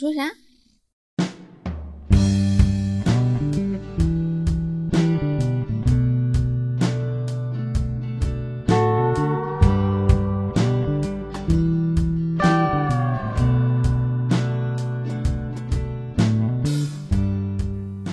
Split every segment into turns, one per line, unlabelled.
你说啥？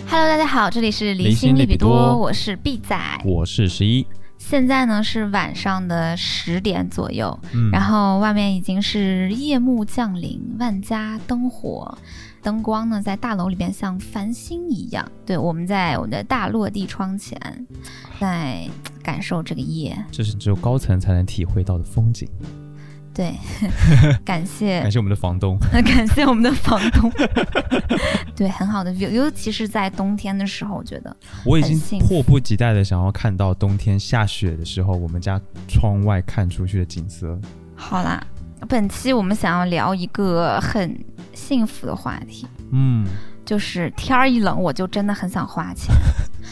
Hello，大家好，这里是
离心
利
利
比
比多
我是 B 仔。
我是十一，
现在呢是晚上的十点左右，
嗯
然后外面已经是夜幕降临，万家灯火，灯光呢在大楼里边像繁星一样。对，我们在我们的大落地窗前，在感受这个夜。
这是只有高层才能体会到的风景。
对，感谢
感谢我们的房东，
感谢我们的房东， 对，很好的 view，尤其是在冬天的时候，我觉得
我已经
很幸福
迫不及待的想要看到冬天下雪的时候，我们家窗外看出去的景色。
好啦。本期我们想要聊一个很幸福的话题，
嗯，
就是天儿一冷，我就真的很想花钱，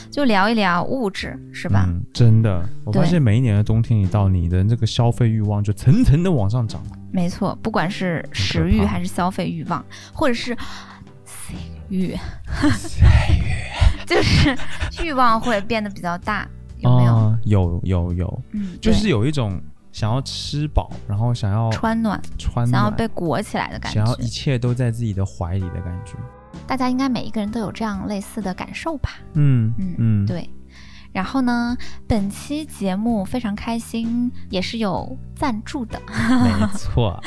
就聊一聊物质，是吧？
嗯？真的，我
对
发现每一年的冬天一到，你的那个消费欲望就层层的往上涨。
没错，不管是食欲
很可怕
还是消费欲望，或者是性欲， 就是欲望会变得比较 大，有没有？
啊有有有，
嗯，
就
对
是有一种想要吃饱，然后想要
穿暖，
穿
想要
暖，
被裹起来的感
想要一
觉。
切都在自己的怀里的感觉。
大家应该每一个人都有这样类似的感受吧？
嗯
嗯
嗯，
对。然后呢，本期节目非常开心，也是有赞助的。
没 错，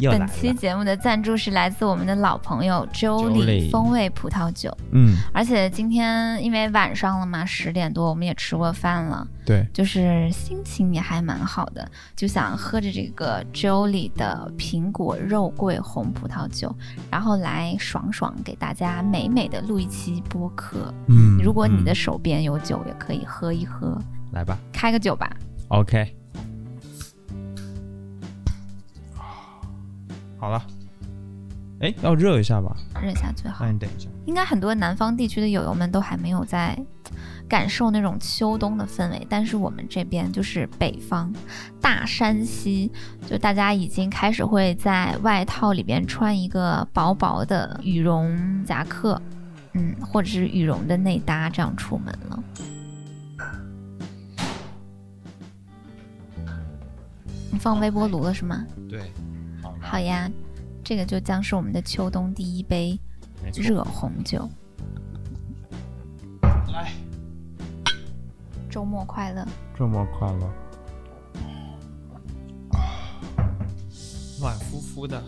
又来
本
了。
期节目的赞助是来自我们的老朋友 Jolie
Jolie
风味葡萄酒，
嗯，
而且今天因为晚上了嘛，十点多我们也吃过饭了，
对。
就是心情也还蛮好的，就想喝着这个 Jolie 的苹果肉桂红葡萄酒，然后来爽爽给大家美美的录一期播客。
嗯
如果你的
嗯
手边有酒，也可以喝一喝，
来吧
开个酒吧。
，OK，好了，哎，要热一下吧，
热一下最好
那，你等一下。
应该很多南方地区的友友们都还没有在感受那种秋冬的氛围，但是我们这边就是北方大山西，就大家已经开始会在外套里边穿一个薄薄的羽绒夹克，嗯，或者是羽绒的内搭，这样出门了。你放微波炉了是吗？
对，好了
好呀，这个就将是我们的秋冬第一杯
没错
热红酒。
来，
周末快乐！
这么快乐，暖乎乎的，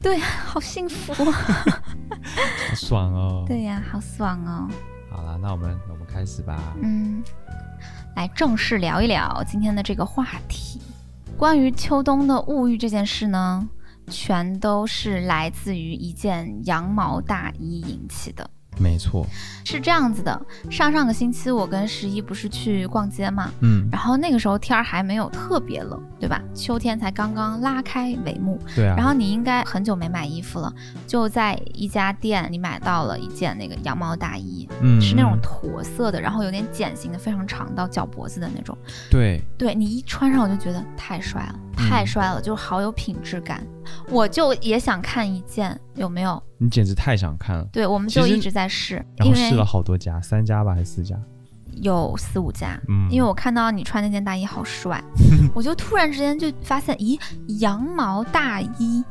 对呀、 好幸福啊！
好爽哦。，
对呀、好爽哦！
好了，那我们我们开始吧。
嗯，来正式聊一聊今天的这个话题，关于秋冬的物欲这件事呢，全都是来自于一件羊毛大衣引起的。
没错，
是这样子的，上上个星期我跟十一不是去逛街嘛，
嗯，
然后那个时候天儿还没有特别冷，对吧？秋天才刚刚拉开帷幕，
对啊，
然后你应该很久没买衣服了，就在一家店你买到了一件那个羊毛大衣，
嗯
是那种
嗯
驼色的，然后有点茧型的，非常长到脚脖子的那种。
对，
对你一穿上，我就觉得太帅了，太
嗯
帅了，就是好有品质感。我就也想看一件，有没有？
你简直太想看了。
对，我们
其
就一
实
直在试，因
然后试了
为
好多家，三家吧还是四家？
有四五家。
嗯，
因为我看到你穿那件大衣好 帅，我就突然之间就发现，咦，羊毛大衣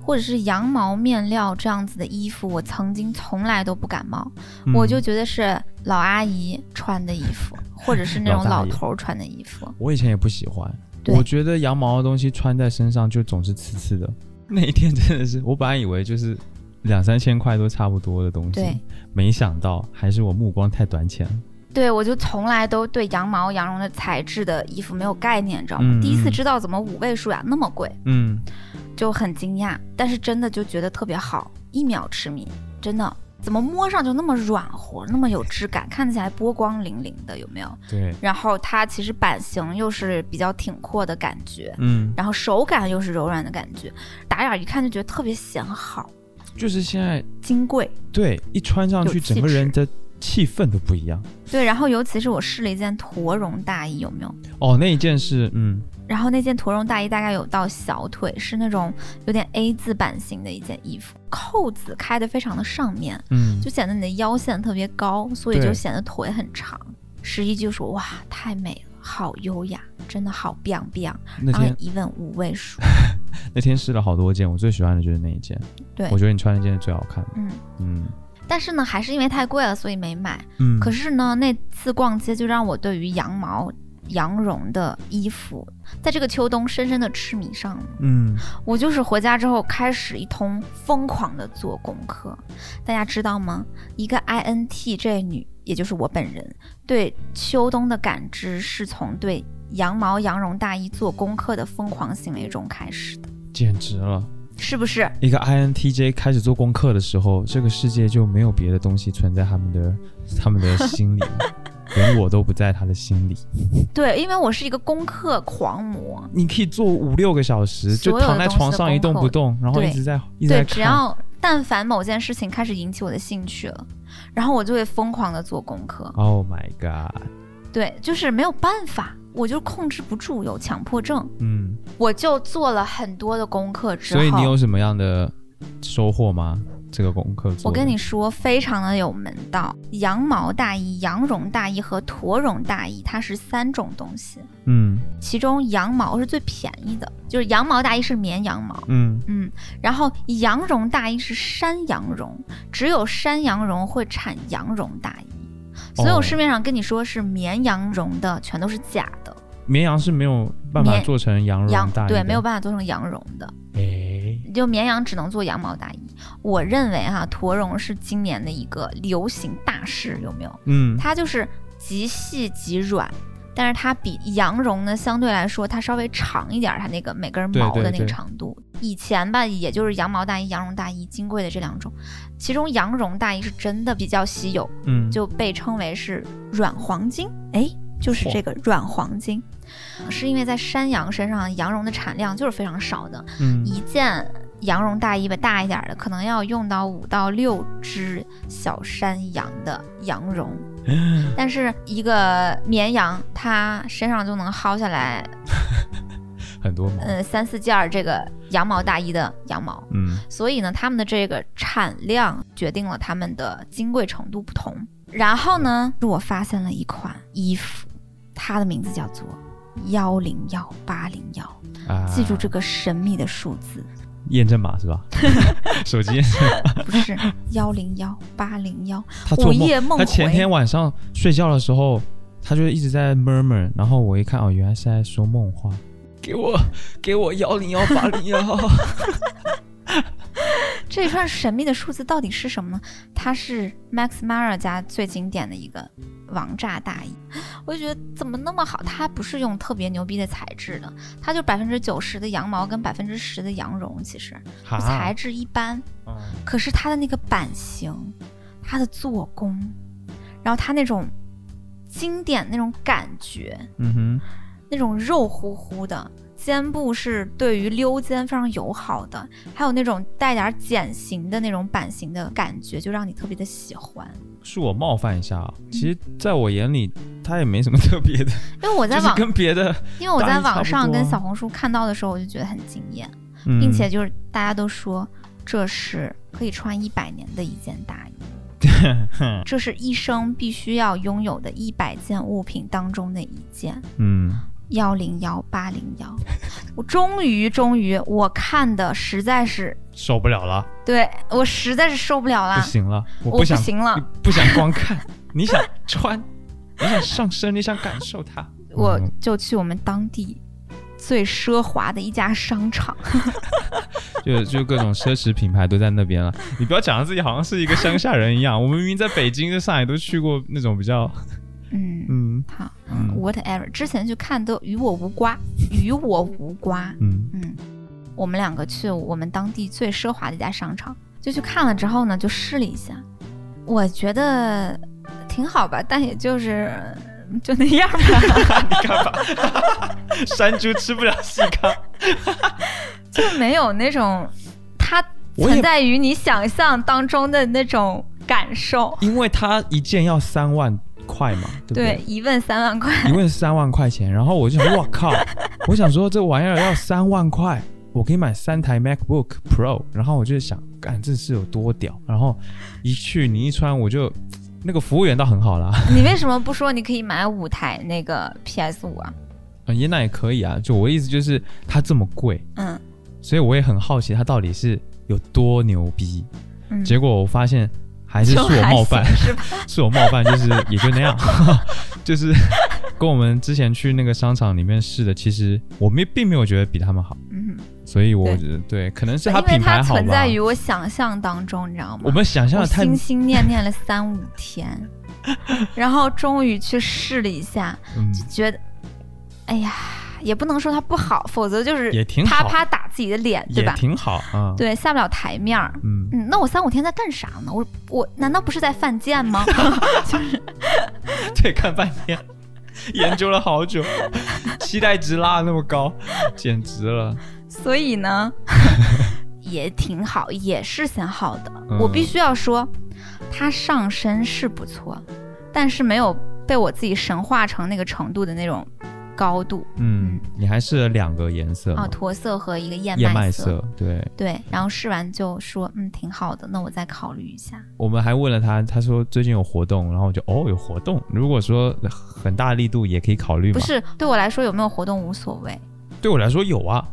或者是羊毛面料这样子的衣服，我曾经从来都不感冒，
嗯
我就觉得是老阿姨穿的衣服，或者是那种
老
老
大爷
头儿穿的衣服。
我以前也不喜欢，
对
我觉得羊毛的东西穿在身上就总是刺刺的。 那一天真的是，我本来以为就是两三千块都差不多的东
对
西，没想到还是我目光太短浅了。
对，我就从来都对羊毛、羊绒的材质的衣服没有概念，你知道吗？
嗯
第一次
嗯
知道怎么五位数呀、那么贵，
嗯，
就很惊讶，但是真的就觉得特别好，一秒痴迷，真的。怎么摸上就那么软和，那么有质感，看起来波光粼粼的，有没有？
对，
然后它其实版型又是比较挺阔的感觉，
嗯，
然后手感又是柔软的感觉，打眼儿一看就觉得特别显好，
就是现在
金贵。
对一穿上
有
去，
气
整个人的气氛都不一样。
对，然后尤其是我试了一件驼绒大衣，有没有？
哦，那一件是嗯，
然后那件驼绒大衣大概有到小腿，是那种有点 A 字版型的一件衣服，扣子开的非常的上面，
嗯
就显得你的腰线特别高，所以就
对
显得腿很长。十一就说：“哇，太美了，好优雅，真的好 biang biang。”
那
然后
天
一问五位 数，
那天试了好多件，我最喜欢的就是那一件。
对
我觉得你穿那件是最好看的。
嗯。
嗯
但是呢，还是因为太贵了，所以没买。
嗯，
可是呢，那次逛街就让我对于羊毛、羊绒的衣服，在这个秋冬深深的痴迷上了。
嗯，
我就是回家之后开始一通疯狂的做功课，大家知道吗？一个 INTJ 女，也就是我本人，对秋冬的感知是从对羊毛、羊绒大衣做功课的疯狂行为中开始的，
简直了！
是不是？
一个 INTJ 开始做功课的时候，这个世界就没有别的东西存在他们的他们的心里， 连我都不在他的心里。
对，因为我是一个功课狂魔，
你可以做五六个小时，
所有
就
的
躺在床上一动不动，然后
对
一直在一直在
对，
看。
只要但凡某件事情开始引起我的兴趣了，然后我就会疯狂的做功课。
Oh my god！
对，就是没有办法，我就控制不住，有强迫症，
嗯，
我就做了很多的功课之后，
所以你有什么样的收获吗？这个功课做
我
的
跟你说，非常的有门道。羊毛大衣、羊绒大衣和驼绒大衣，它是三种东西，
嗯
其中羊毛是最便宜的，就是羊毛大衣是绵羊毛。
嗯
嗯，然后羊绒大衣是山羊绒，只有山羊绒会产羊绒大衣，所有
哦
市面上跟你说是绵羊绒的，全都是假的，
绵羊是没有办法
绵
做成哦羊
羊
绒大衣的，
对没有办法做成羊绒的，
哎，
就绵羊只能做羊毛大衣。我认为哈、驼绒是今年的一个流行大势，有没有？
嗯，
它就是极细极软，但是它比羊绒呢相对来说它稍微长一点儿，它那个每根
对
毛
对
的那个
对
长度。以前吧，也就是羊毛大衣、羊绒大衣金贵的这两种，其中羊绒大衣是真的比较稀有，
嗯，
就被称为是软黄金。哎，就是
嚯
这个软黄金，是因为在山羊身上羊绒的产量就是非常少的，
嗯
一件羊绒大衣吧，大一点儿的可能要用到五到六只小山羊的羊绒，但是一个绵羊它身上就能薅下来，
很多毛，
呃，三四件儿这个羊毛大衣的羊毛，
嗯
所以呢，它们的这个产量决定了它们的金贵程度不同。然后呢，我发现了一款衣服，它的名字叫做幺零幺八零幺，
啊，
记住这个神秘的数字。
验证码是 吧？手机验证码，
不是幺零 幺八零幺，
他
午
做梦，
夜梦
他
回。
前天晚上睡觉的时候，他就一直在 murmur，然后我一看哦，原来是在说梦话，给我给我幺零幺八零幺，
这一串神秘的数字到底是什么呢？它是 Max Mara 家最经典的一个王炸大衣， 我就觉得怎么那么好？它不是用特别牛逼的材质的，它就百分之九十的羊毛跟百分之十的羊绒，其实
哈
材质一般，
嗯
可是它的那个版型，它的做工，然后它那种经典那种感觉，
嗯
那种肉乎乎的，肩部是对于溜肩非常友好的，还有那种带点茧型的那种版型的感觉，就让你特别的喜欢。
哼，恕我冒犯一下啊，其实在我眼里，他也没什么特别的，
因为我在
就是
网，
跟别的，
因为我在网上
打一差不多
跟小红书看到的时候，我就觉得很惊艳，
嗯
并且就是大家都说这是可以穿一百年的一件大衣。 这是一生必须要拥有的一百件物品当中的一件。
嗯，
幺零幺八零幺，我终于终于，我看的实在是
受不了了，
对我实在是受不了
不
啦，
行了，我
我
不想嗯
行
你
了，
不想光看，你想穿，你想上身，你想感受它。
我就去我们当地最奢华的一家商场。
就就各种奢侈品牌都在那边了。你不要讲得自己好像是一个乡下人一样，我们明明在北京、在上海都去过那种比较，
嗯，
嗯
好
嗯
，whatever，之前去看都与我无瓜，与我无瓜。
嗯
嗯，我们两个去我们当地最奢华的一家商场，就去看了之后呢，就试了一下，我觉得挺好吧，但也就是嗯就那样吧，
你干嘛？ 山猪吃不了细糠。
就没有那种它
我也
存在于你想象当中的那种感受。
因为它一件要三万块嘛，对不
对，一问三万 块，
一问三万块钱，然后我就想，我靠， 我想说这玩意儿要三万块，我可以买三台 MacBook Pro，然后我就想，干这是有多屌，然后一去你一穿我就，那个服务员倒很好啦，
你为什么不说你可以买五台那个 PS 五啊？
嗯，也那也可以啊，就我的意思就是它这么贵，
嗯
所以我也很好奇它到底是有多牛逼，
嗯，
结果我发现 还是
就是
我冒犯
还，行是吧？
是我冒犯， 就是也就那样，就是跟我们之前去那个商场里面试的，其实我们并没有觉得比他们好，
嗯，
所以我
对
觉得对，可能是
因为
品牌
它
好
存
吧
在。于我想象当中，你知道吗？
我们想象
我
的太
心心念念了三五天， 然后终于去试了一下，
嗯，
觉得，哎呀，也不能说它不好，否则就是
也挺
啪
好，
啪打自己的脸，对
也
吧？
挺好啊。
对，下不了台面儿。
嗯，
嗯，那我三五天在干啥呢？我我难道不是在犯贱吗？
对，看半天，研究了好久，期待值拉得那么高，简直了。
所以呢，也挺好，也是显好的。
嗯
我必须要说，他上身是不错，但是没有被我自己神化成那个程度的那种高度
嗯
嗯，
你还试了两个颜色
啊，
嘛，
驼色和一个燕
嗯燕麦
色。
色，对。
对，然后试完就说，嗯，挺好的，那我再考虑一下。
我们还问了他，他说最近有活动，然后我就哦有活动，如果说很大力度也可以考虑嘛。
不，是对我来说有没有活动无所谓，
对我来说有啊。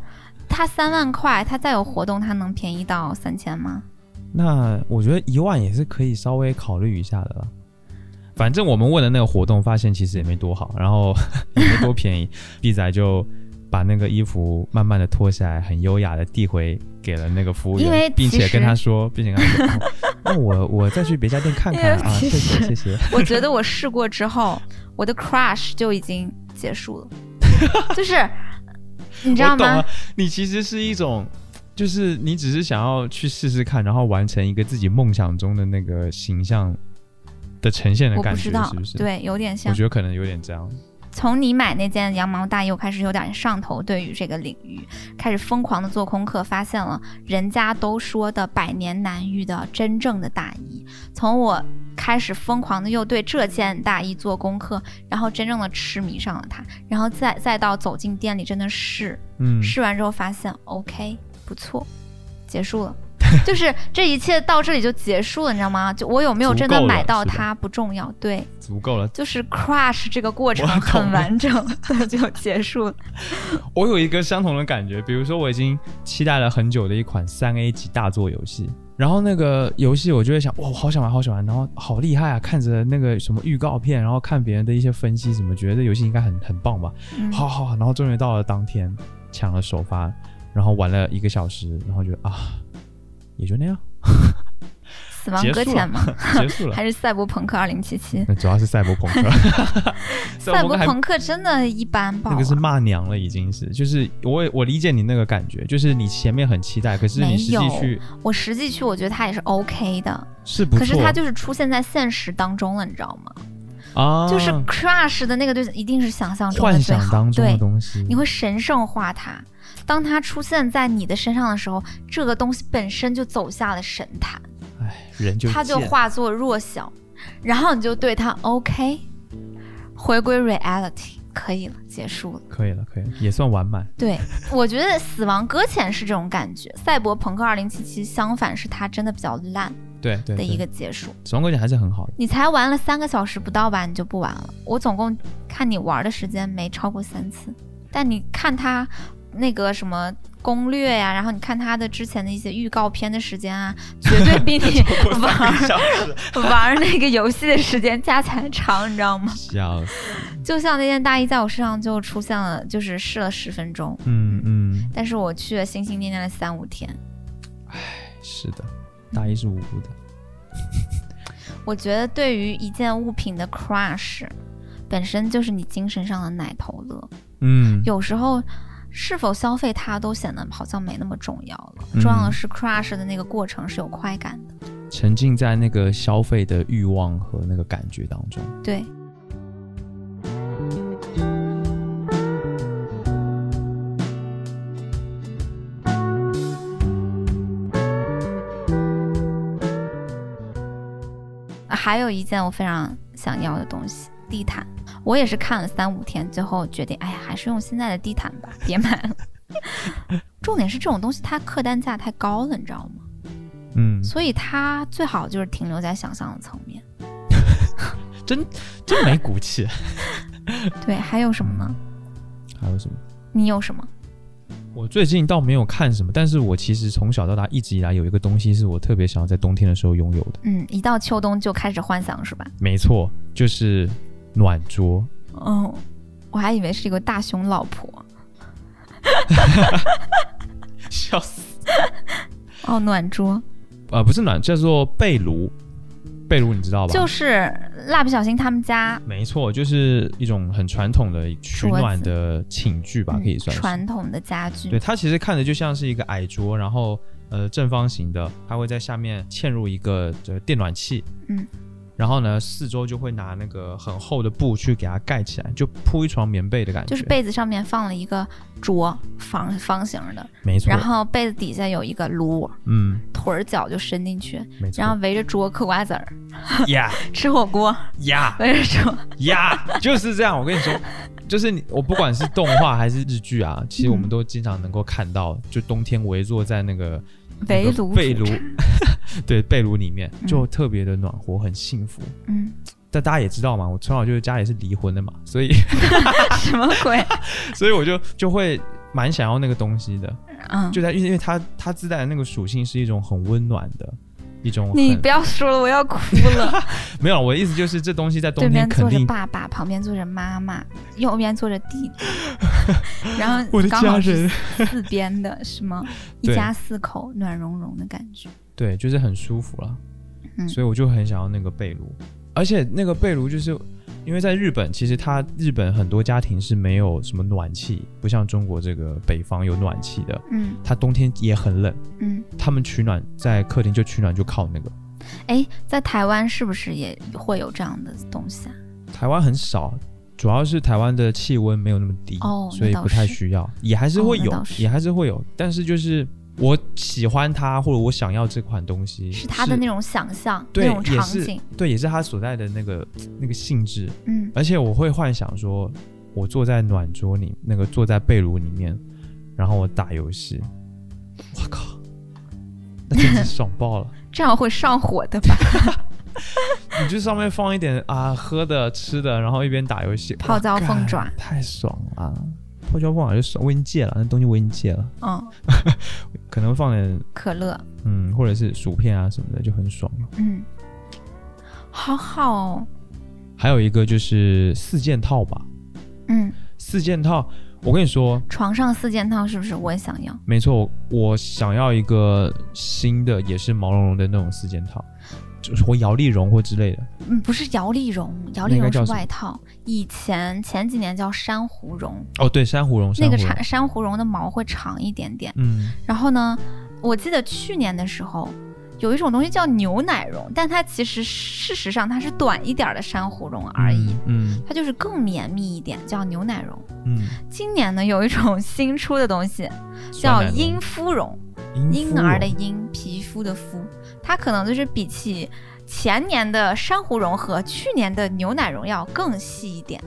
他三万块，他再有活动，他能便宜到三千吗？
那我觉得一万也是可以稍微考虑一下的啦。反正我们问的那个活动，发现其实也没多好，然后 也没多便宜。B 仔就把那个衣服慢慢的脱下来，很优雅的递回给了那个服务员，
因为
并且
其实
跟他说，并且跟他说，哦那我我再去别家店看 看
因为
啊，谢
其
谢
实
谢谢。
我觉得我试过之后，我的 crush 就已经结束 了，就是你知道
我懂
吗
了？，你其实是一种，就是你只是想要去试试看，然后完成一个自己梦想中的那个形象的呈现的
我
感
不
觉
知，道
是不，是？，
对，有点
我
像
觉。得可能有点这样。
从你买那件羊毛大衣，我开始有点上头，对于这个领域开始疯狂的做功课，发现了人家都说的百年难遇的真正的大衣。从我开始疯狂的又对这件大衣做功课，然后真正的痴迷上了它，然后再再到走进店里真的试，
嗯，
试完之后发现 OK 不错，结束了。 就是这一切到这里就结束了，你知道吗？就我有没有真的
足够了
买到
是吧
它不重要，对，
足够了。
就是 crush 这个过程
我懂了
很完整， 对，就结束了。
我有一个相同的感觉，比如说我已经期待了很久的一款三 A 级大作游戏，然后那个游戏我就会想，哇，我好想玩，好想玩，然后好厉害啊！看着那个什么预告片，然后看别人的一些分析，什么觉得这游戏应该很很棒吧，
嗯
好好，好，然后终于到了当天，抢了首发，然后玩了一个小时，然后觉得啊，也就那样，
死亡
结
搁
束了
浅吗？
结束了。
还是赛博朋克二零七七？
那主要是赛博朋克，
赛博
还
朋克真的一般吧
那？个是骂娘了，已经是，就是我我理解你那个感觉，就是你前面很期待，可是
没
你实际
有
去
我实际去，我觉得它也是 OK 的，
是不错，
可是它就是出现在现实当中了，你知道吗？
啊，
就是 crush 的那个对象一定是想象中的
幻
最
想
好，
当中的
对，
东西，
你会神圣化它。当它出现在你的身上的时候，这个东西本身就走下了神坛，
哎，人就
它就
贱
化作弱小，然后你就对它 OK，回归 reality，可以了，结束了。
可以了，可以了，也算完满。
对， 我觉得《死亡搁浅》是这种感觉，《赛博朋克2077》相反是它真的比较烂
对对
的
对，
一个结束。
总归讲还是 很好的。
你才玩了三个小时不到吧，你就不玩了。我总共看你玩的时间没超过三次，但你看他那个什么攻略呀、然后你看他的之前的一些预告片的时间啊，绝对比你玩
笑死，
玩那个游戏的时间加起来长，你知道吗？
笑死，
就像那件大衣在我身上就出现了，就是试了十分钟，
嗯嗯，
但是我去了心心念念了三五天。
是的，大一是无辜的。
我觉得对于一件物品的 crush，本身就是你精神上的奶头乐。
嗯，
有时候是否消费它都显得好像没那么重要了，
嗯
重要的是 crush 的那个过程是有快感的。
沉浸在那个消费的欲望和那个感觉当中。
对，啊还有一件我非常想要的东西。地毯，我也是看了三五天，最后决定，哎呀，还是用现在的地毯吧，别买了。 重点是这种东西它客单价太高了，你知道吗？
嗯，
所以它最好就是停留在想象的层面。
真没骨气。
对，还有什么呢？
还有什么？
你有什么？
我最近倒没有看什么，但是我其实从小到大一直以来有一个东西是我特别想要在冬天的时候拥有的，
嗯，一到秋冬就开始幻想是吧？
没错，就是暖桌。
嗯，我还以为是一个大熊老婆
笑死！
哦，暖桌
啊，不是暖，叫做被炉。被炉你知道吧？
就是蜡笔小新他们家
没错，就是一种很传统的取暖的寝具吧，
嗯
可以算是。
传统的家
对，
具，
它其实看着就像是一个矮桌，然后呃正方形的，它会在下面嵌入一个这电暖器，
嗯，
然后呢四周就会拿那个很厚的布去给它盖起来，就铺一床棉被的感觉，
就是被子上面放了一个桌，方方形的，
没错
然，后被子底下有一个炉，
嗯，
腿儿脚就伸进去，
没错，
然后围着桌嗑瓜子儿，
呀
吃火锅，
呀
围着桌，
呀， 就是这样，我跟你说。就是你，我不管是动画还是日剧啊，其实
嗯
我们都经常能够看到，就冬天围坐在那个
围炉，
被炉，， 对被炉里面
嗯
就特别的暖和，很幸福。
嗯，
但大家也知道嘛，我从小就是家里是离婚的嘛， 所以
什么鬼？
所以我就就会蛮想要那个东西的，
嗯，
就在因为因为它它自带的那个属性是一种很温暖的一种
你
很
不要说了，我要哭了。
没有啊我的意思就是这东西在
对
冬天
面
肯
坐着
定
爸爸，旁边坐着妈妈，右边坐着弟 弟，然后
我的
刚
家
好是
人
四边的，是吗？一
对
家四口暖融融的感觉。
对就是很舒服了，
嗯
所以我就很想要那个被炉，而且那个被炉就是。因为在日本，其实它日本很多家庭是没有什么暖气，不像中国这个北方有暖气的，
嗯
它冬天也很冷，
嗯，
他们取暖在客厅就取暖就靠那个。
哎，在台湾是不是也会有这样的东西啊？
台湾很少，主要是台湾的气温没有那么低，
哦
所以
那倒
不太
是
需要，也还是会
哦那
有，
倒是
也还是会有，但是就是我喜欢它或者我想要这款东西，
是他的那种想象，
对
那种
也
场
是
景。
对，也是它所在的那个那个性质，
嗯，
而且我会幻想说，我坐在暖桌里，那个坐在被褥里面，然后我打游戏，我靠，那真是爽爆 了！
这样会上火的 吧？
你就上面放一点啊喝的吃的，然后一边打游戏，
泡椒
哇干
凤爪
太爽了。泡椒凤爪就爽，我已经戒了，那东西我已经戒了，
嗯，
可能放点
可乐，
嗯，或者是薯片啊什么的，就很爽了。
嗯，好好、哦，
还有一个就是四件套吧，
嗯，
四件套，我跟你说，
床上四件套是不是我也想要？
没错，我想要一个新的，也是毛茸茸的那种四件套，就是或摇粒绒或之类的。
嗯，不是摇粒绒，摇
那
粒
个
绒
叫
是
什么
外套，以前前几年叫珊瑚绒，
哦，对，珊瑚绒，
那
珊
个
瑚绒，
长珊瑚绒的毛会长一点点。
嗯，
然后呢，我记得去年的时候。有一种东西叫牛奶绒，但它其实事实上它是短一点儿的珊瑚绒而已，
嗯，
它就是更绵密一点，叫牛奶绒。
嗯
今年呢，有一种 新出的东西
嗯，
叫
酸奶绒
婴肤绒，婴
肤
儿的
绒
婴，皮肤的肤，它可能就是比起前年的珊瑚绒和去年的牛奶绒要更细一点，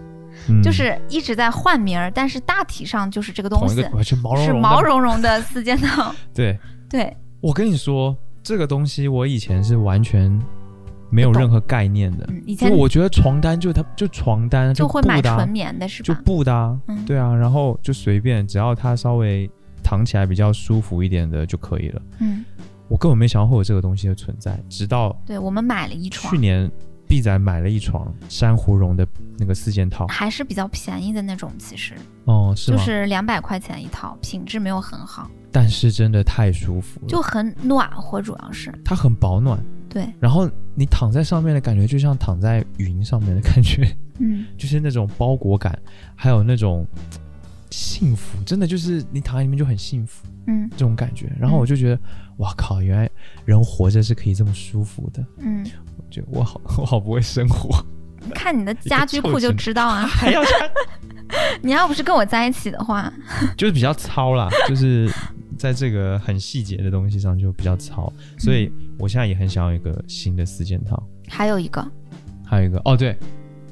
嗯
就是一直在换名儿，但是大体上就是这个东
同一
西
个，我去毛茸
是
茸的
毛茸茸的四件套。
对，
对，
我跟你说，这个东西我以前是完全没有
不懂
任何概念的。
嗯，以前
就我觉得床单就它就床单
就会
布
买
的啊、
纯棉的是
就
吧？
布的、啊，
嗯
对啊，然后就随便，只要它稍微躺起来比较舒服一点的就可以了。
嗯，
我根本没想到会有这个东西的存在，直到
对，我们买了一床
去，年毕仔买了一床珊瑚绒的那个四件套，
还是比较便宜的那种，其实
哦，是
啊就
吗？
是两百块钱一套，品质没有很好，
但是真的太舒服了，
就很暖和，主要是
它很保暖，
对，
然后你躺在上面的感觉就像躺在云上面的感觉。
嗯。
就是那种包裹感，还有那种嘖幸福，真的就是你躺在里面就很幸福
嗯
这种感觉。然后我就觉得，哇靠，原来人活着是可以这么舒服的。
嗯，
我觉得我好， 我好不会生活，
你看你的家居
臭
库
直
就
男
知道啊，
还要穿，
你要不是跟我在一起的话，
就是比较糙啦，就是在这个很细节的东西上就比较糙。所以我现在也很想要一个新的四件套。
还有一个
还有一个哦对，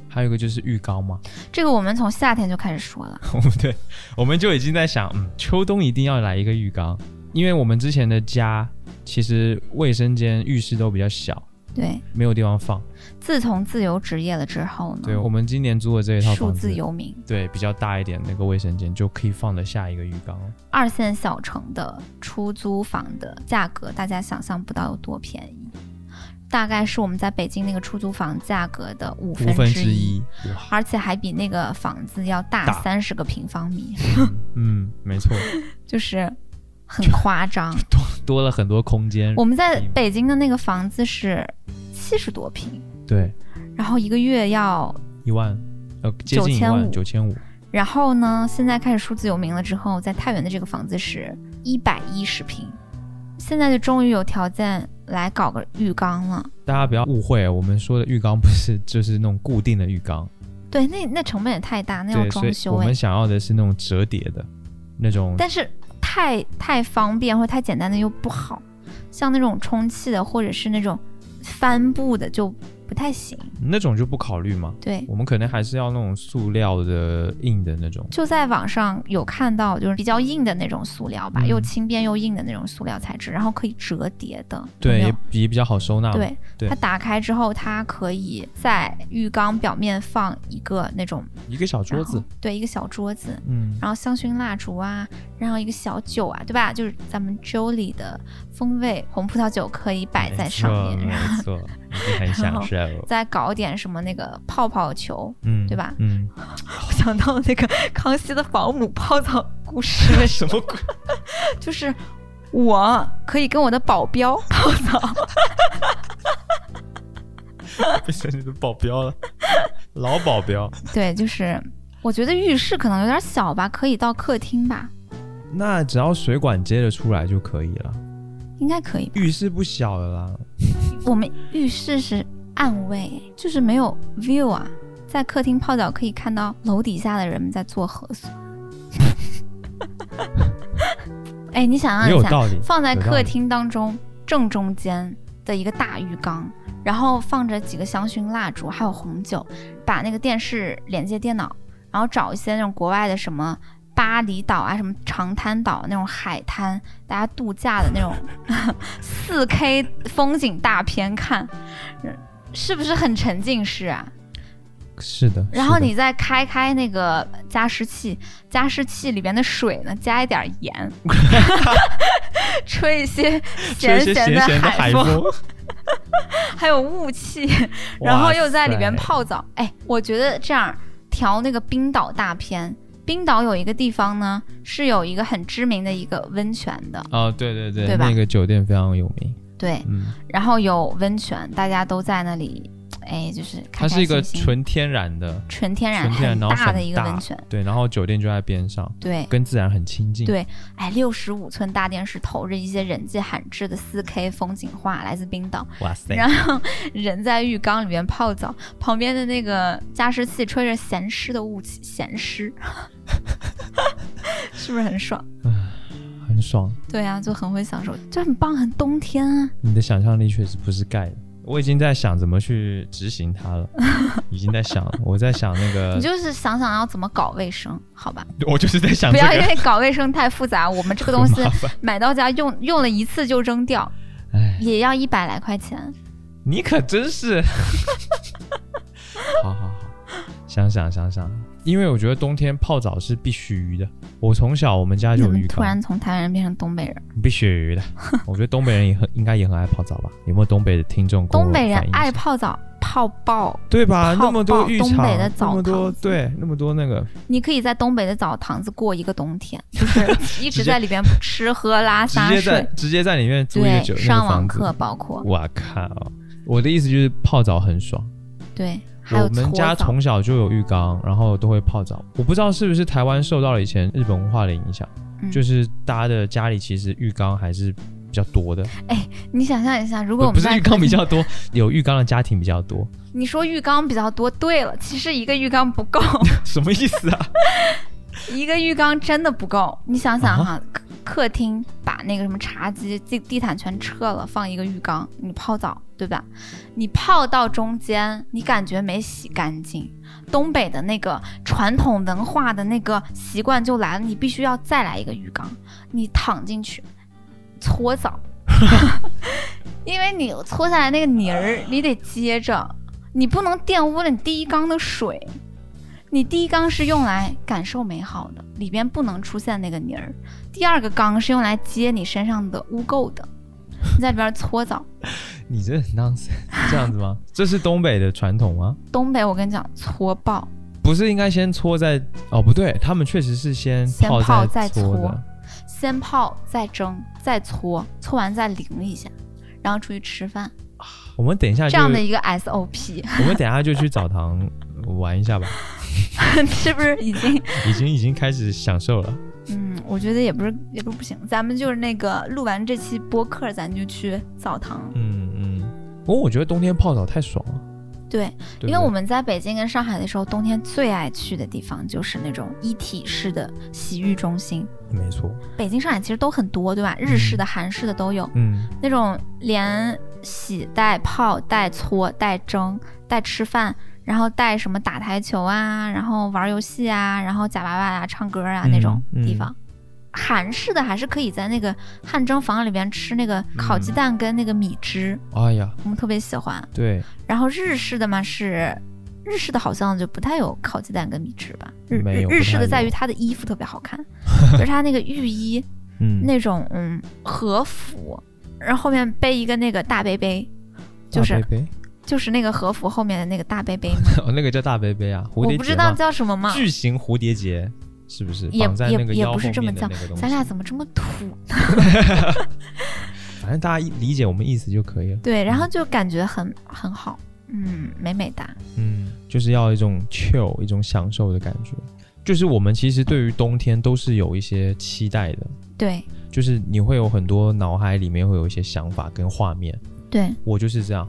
还有一个就是浴缸嘛，
这个我们从夏天就开始说了，
我们嗯对，我们就已经在想，嗯，秋冬一定要来一个浴缸，因为我们之前的家其实卫生间、浴室都比较小，
对，
没有地方放。
自从自由职业了之后呢，
对，我们今年租的这一套
数
房
字
子，
游民，
对，比较大一点那个卫生间就可以放得下一个浴缸了。
二线小城的出租房的价格，大家想象不到有多便宜，大概是我们在北京那个出租房价格的五
五分
之
之一，哇，
而且还比那个房子要大
大
三十个平方 米，
嗯，没错，
就是很夸张。
多了很多空间。
我们在北京的那个房子是七十多平，
对，
然后一个月要，
一万，呃，接近一万，九千五，
然后呢，现在开始数字有名了之后，在太原的这个房子是一百一十平，现在就终于有条件来搞个浴缸了。
大家不要误会，我们说的浴缸不是就是那种固定的浴缸，
对，那那成本也太大，那要
对，所
装
以
修
我
哎
们，想要的是那种折叠的，那种
但是太太方便或者太简单的又不好，像那种充气的或者是那种帆布的就不太行。
那种就不考虑嘛。
对，
我们可能还是要那种塑料的硬的那种，
就在网上有看到，就是比较硬的那种塑料吧，
嗯
又轻便又硬的那种塑料材质，然后可以折叠的。
对，
有没有
也也比较好收纳嘛。
对，
对
它打开之后，它可以在浴缸表面放一个那种
一个小桌，
然
子
后，对，一个小桌子，
嗯，
然后香薰蜡烛啊，然后一个小酒啊，对吧？就是咱们 Jolie 的风味红葡萄酒可以摆在上面，
没
然后
错，没错，一定很享 受，
再搞点什么那个泡泡球。
嗯，
对吧
嗯，
我想到那个康熙的保姆泡澡故事，
哎什么鬼？
就是我可以跟我的保镖泡澡，
变成你的保镖了，老保镖。
对，就是我觉得浴室可能有点小吧，可以到客厅吧，
那只要水管接得出来就可以了，
应该可以吧。
浴室不小了啦。
我们浴室是暗卫，就是没有 view 啊，在客厅泡澡可以看到楼底下的人们在做核酸。 哎，你想象
也有
一下，
道理，
放在
有道
客
理
厅当中正中间的一个大浴缸，然后放着几个香薰蜡烛，还有红酒，把那个电视连接电脑，然后找一些那种国外的什么巴厘岛啊、什么长滩岛那种海滩，大家度假的那种 四 K 风景大片看，是不是很沉浸式啊？
是的。
然后
是的
你再开开那个加湿器，加湿器里边的水呢，加一点 盐，吹一些
吹
咸
一些咸
的
咸的
海
风，，
还有雾气， 然后又在里边
哇塞。
泡澡。哎，我觉得这样调那个冰岛大片。冰岛有一个地方呢，是有一个很知名的一个温泉的，
哦，对对对，
对吧
那个酒店非常有名，
对，
嗯，
然后有温泉，大家都在那里，哎，就是开
它是一个
开心心
纯天然的，
纯天然
纯天然然后
大的
很
一个
大
温泉，
对，然后酒店就在边上，
对，
跟自然很亲近。
对哎，六十五寸大电视投着一些人迹罕至的四 K 风景画，来自冰岛。
哇塞，
然后人在浴缸里面泡澡，旁边的那个加湿器吹着咸湿的雾气，咸湿， 是不是很爽？
很爽。
对啊，就很会享受，就很棒，很冬天啊。
你的想象力确实不是盖的。我已经在想怎么去执行 它了，已经在想了。我在想那
你
个，
就是想想要怎么搞卫生，好吧？
我就是在想
不
这
要因
个
为搞卫生太复杂，我们这个东
很
西
麻烦。
买到家用用了一次就扔掉，
哎，
也要一百来块钱。
你可真是， 好好好，想想想想，因为我觉得冬天泡澡是必须的。我从小我们家
你
就
怎
有
么
浴
突
缸，
然从台湾人变成东北人？
必须的。我觉得东北人也很应该也很爱泡澡吧？有没有东北的听众跟我
东北人
反映一下
爱泡澡，泡爆。
对吧？
泡
那么多
泡
浴
东
场，
北的澡
那么多
堂子
对，那么多那个
你可以在东北的澡堂子过一个冬天，就是一直在里边吃喝拉
直
撒
接在
睡，
直接在里面租一个
对
酒，，那
上
个房
网
子
课包括
我靠！我的意思就是泡澡很爽。
对，还有
我们
搓
家
澡
从小就有浴缸，然后都会泡澡。我不知道是不是台湾受到了以前日本文化的影响，
嗯
就是大家的家里其实浴缸还是比较多的，
你想象一下，如果我
不
们
是
在
浴缸比较多，有浴缸的家庭比较多，
你说浴缸比较多，对了，其实一个浴缸不够，
什么意思啊？
一个浴缸真的不够。你想想哈，客厅把那个什么茶几、地地毯全撤了，放一个浴缸，你泡澡，对吧？你泡到中间，你感觉没洗干净。东北的那个传统文化的那个习惯就来了，你必须要再来一个浴缸，你躺进去搓澡，因为你搓下来那个泥儿，你得接着，你不能玷污了你第一缸的水。你第一缸是用来感受美好的，里边不能出现那个泥儿；第二个缸是用来接你身上的污垢的， 你在里边搓澡。
你这很 nonsense 这样子吗？这是东北的传统吗？
东北，我跟你讲，搓爆
不是应该先搓再哦？不对，他们确实是先
先
泡
泡
再
再
搓
搓
的。
先泡，再蒸，再搓，搓完再淋一下，然后出去吃饭，
我们等一下
这
就，
样的一个 SOP，
我们等一下就去澡堂 玩一下吧。
是不是已经？
已经已经开始享受了。
嗯，我觉得也不是，也不是不行。咱们就是那个录完这期播客，咱就去澡堂。
嗯嗯，不过我觉得冬天泡澡太爽了。
对，
对不对
因为我们在北京跟上海的时候，冬天最爱去的地方就是那种一体式的洗浴中心。
没错，
北京、上海其实都很多，对吧？日式的、韩式的都有，
嗯，
那种连洗带泡带搓带蒸带吃饭，然后带什么打台球啊，然后玩游戏啊，然后夹娃娃啊、唱歌啊
嗯
那种
嗯
地方。韩式的还是可以在那个汗蒸房里边吃那
嗯
个烤鸡蛋跟那个米汁，
哎呀，
我们特别喜欢。
对，
然后日式的嘛是，日式的好像就不太有烤鸡蛋跟米汁吧？日
没有
日
不
日式
太
的
有
在于它的衣服特别好 看，就是它那个浴衣
嗯，
那种嗯和服，然后后面背一个那个大背背，就是
大杯 杯
就是那个和服后面的那个大背背嘛，
哦，那个叫大杯杯啊， 蝴
我
蝶
不
结
知道
嘛，
叫什么嘛。
巨型蝴蝶结是不是
也
绑在那个
也也
腰
不
后
是这么
面的
叫
那个东西？
咱俩怎么这么土？
反正大家理解我们意思就可以了。
对，然后就感觉很很好，嗯，美美哒。
嗯，就是要一种 chill，一种享受的感觉。就是我们其实对于冬天都是有一些期待的，
对
就是你会有很多脑海里面会有一些想法跟画面。
对，
我就是这样，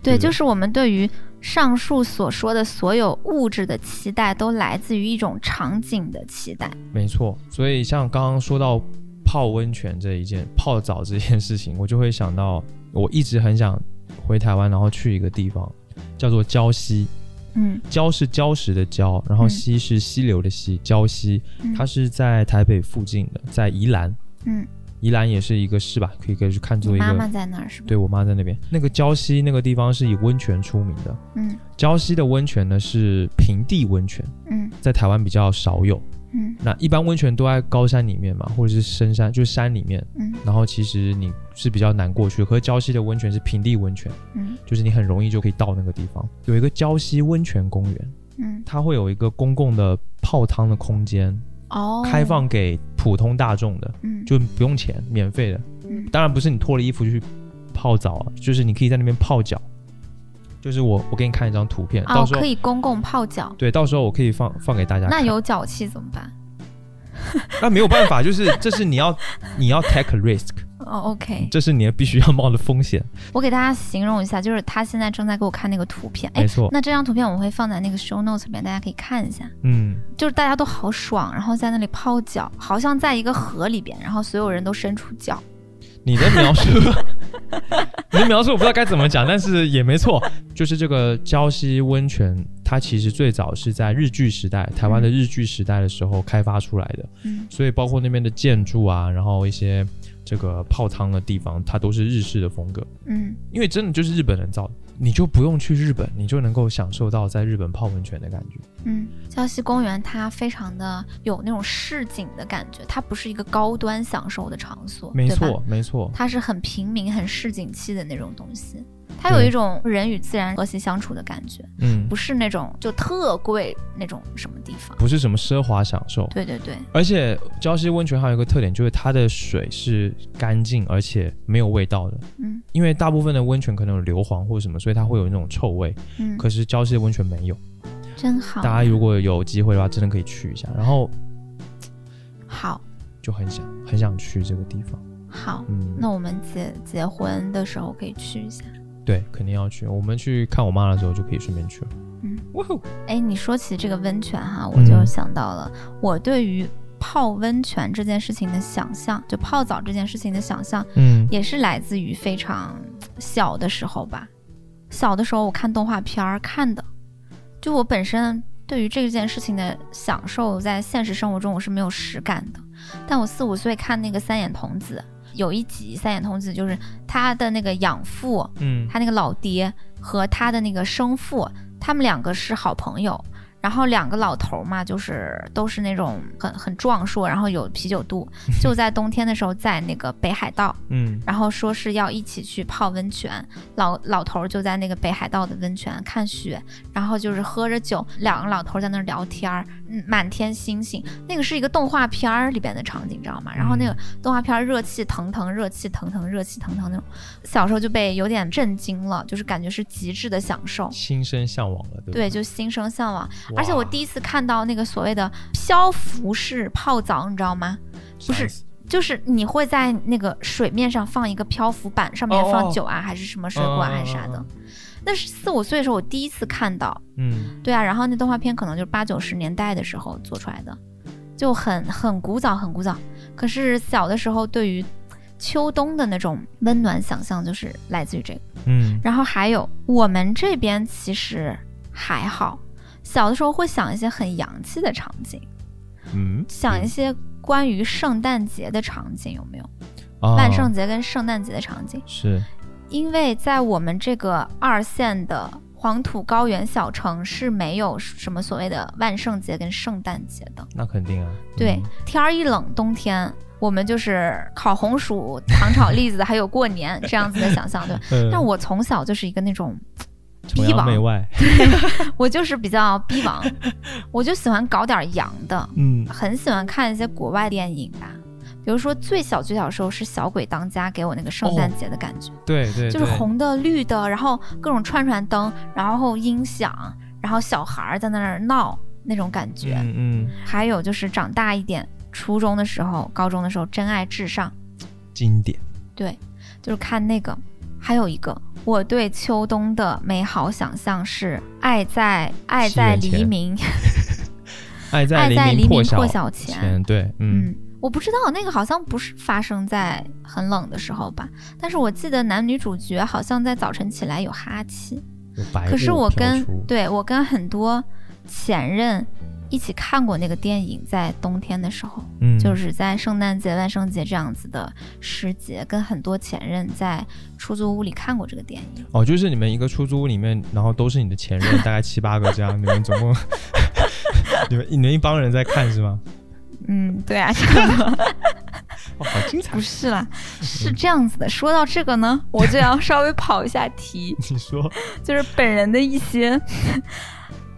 对
对，
不
就
对
是我们对于上述所说的所有物质的期待，都来自于一种场景的期待。
没错，所以像刚刚说到泡温泉这一件、泡澡这件事情，我就会想到，我一直很想回台湾，然后去一个地方叫做礁溪。
嗯，
礁是礁石的礁，然后
嗯
溪是溪流的溪，礁溪
嗯
它是在台北附近的，在宜兰。
嗯，
宜兰也是一个市吧，可以可以去看作
你
一
妈
个。
妈在那儿是吧？
对我妈在那边，那个礁溪那个地方是以温泉出名的。
嗯
礁溪的温泉呢是平地温泉，
嗯
在台湾比较少有。
嗯
那一般温泉都在高山里面嘛，或者是深山，就是山里面。
嗯
然后其实你是比较难过去，可是礁溪的温泉是平地温泉，
嗯
就是你很容易就可以到那个地方。有一个礁溪温泉公园，
嗯，
它会有一个公共的泡汤的空间，
哦，
开，放给普通大众的，
嗯，
就不用钱，免费的。
嗯
当然不是你脱了衣服去泡澡啊，就是你可以在那边泡脚。就是我我给你看一张图片，到
哦，
时候
可以公共泡脚，
对，到时候我可以放放给大家看。
那有脚气怎么办？
那没有办法，就是这是你要你要 take a risk，
哦，OK，
这是你必须要冒的风险。
我给大家形容一下，就是他现在正在给我看那个图片，哎
没，错，
那这张图片我们会放在那个 show notes 里面，大家可以看一下。
嗯，
就是大家都好爽，然后在那里泡脚，好像在一个河里边，然后所有人都伸出脚。
你的描述，你的描述我不知道该怎么讲，但是也没错，就是这个礁溪温泉，它其实最早是在日据时代，台湾的日据时代的时候开发出来的，
嗯
所以包括那边的建筑啊，然后一些这个泡汤的地方，它都是日式的风格，
嗯，
因为真的就是日本人造的。你就不用去日本，你就能够享受到在日本泡温泉的感觉。
嗯，礁溪公园它非常的有那种市井的感觉，它不是一个高端享受的场所，
没
对吧，
错，没错。
它是很平民、很市井气的那种东西。它有
对
一种人与自然和谐相处的感觉，
嗯
不，是那种就特贵那种什么地方。
不是什么奢华享受。
对对对，
而且礁溪温泉还有一个特点，就是它的水是干净而且没有味道的。
嗯
因为大部分的温泉可能有硫磺或者什么，所以它会有那种臭味。
嗯，哦
可是礁溪的温泉没有。
真好。
大家如果有机会的话，真的可以去一下。然后
好
就很想很想去这个地方。
好，
嗯，
那我们结结婚的时候可以去一下。
对，肯定要去。我们去看我妈的时候就可以顺便去了。
嗯，
哇哦，
哎，你说起这个温泉哈，我
嗯
就想到了、我对于泡温泉这件事情的想象，就泡澡这件事情的想象，
嗯，
也是来自于非常小的时候吧。小的时候我看动画片儿看的，就我本身对于这件事情的享受，在现实生活中我是没有实感的。但我四五岁看那个三眼童子，有一集三眼童子就是他的那个养父，
嗯
他那个老爹和他的那个生父，他们两个是好朋友。然后两个老头儿嘛，就是都是那种很很壮硕，然后有啤酒肚，就在冬天的时候在那个北海道，
嗯
然后说是要一起去泡温泉，老老头儿就在那个北海道的温泉看雪，然后就是喝着酒，两个老头儿在那儿聊天儿，嗯，满天星星，那个是一个动画片儿里边的场景，你知道吗？然后那个动画片儿热气腾腾，热气腾腾，热气腾腾那种，小时候就被有点震惊了，就是感觉是极致的享受。
心生向往了，对不
对，就心生向往，
哇
而且我第一次看到那个所谓的漂浮式泡澡，你知道吗？不是
啥意思
就是你会在那个水面上放一个漂浮板，上面
哦哦
放酒啊，还是什么水果啊，还是啥的。那是四五岁的时候，我第一次看到。
嗯，
对啊，然后那动画片可能就是八九十年代的时候做出来的，就很很古早，很古早。可是小的时候对于秋冬的那种温暖想象，就是来自于这个。
嗯
然后还有我们这边其实还好，小的时候会想一些很洋气的场景，
嗯，
想一些关于圣诞节的场景，有没有？
哦
啊
万圣节跟圣诞节的场景，
是
因为在我们这个二线的黄土高原小城是没有什么所谓的万圣节跟圣诞节的。
那肯定啊，
对，天儿一冷，冬天我们就是烤红薯、糖炒栗子，还有过年这样子的 想象，对吧。
嗯，
但我从小就是一个那种，
崇
逼
洋
吧
媚 外，
我就是比较逼 王，我就喜欢搞点洋的，
嗯
很喜欢看一些国外电影吧。比如说最小最小的时候是《小鬼当家》，给我那个圣
哦
诞节的感觉。
对对，
就是
对，嗯
红的、绿的，然后各种串串灯，然后音响，然后小孩儿在那儿闹那种感觉。
嗯嗯，
还有就是长大一点，初中的时候、高中的时候，《真爱至上
经典，》
对，就是看那个。还有一个，我对秋冬的美好想象是爱在爱在
西元
黎
前
明，
爱在
爱在黎
明
明
晓
破晓前。
前，对，嗯
嗯，我不知道那个好像不是发生在很冷的时候吧，但是我记得男女主角好像在早晨起来有哈气。
有白
可是
雾
我
飘
跟
出
对我跟很多前任一起看过那个电影，在冬天的时候，
嗯
就是在圣诞节、万圣节这样子的时节，跟很多前任在出租屋里看过这个电影。
哦，就是你们一个出租屋里面，然后都是你的前任，大概七八个这样，你们总共， 你们你们一帮人在看是吗？
嗯， 对啊，这个
哇，好精彩
不！是啦，是这样子的。说到这个呢，我就要稍微跑一下题，
你 说，
就是本人的一 些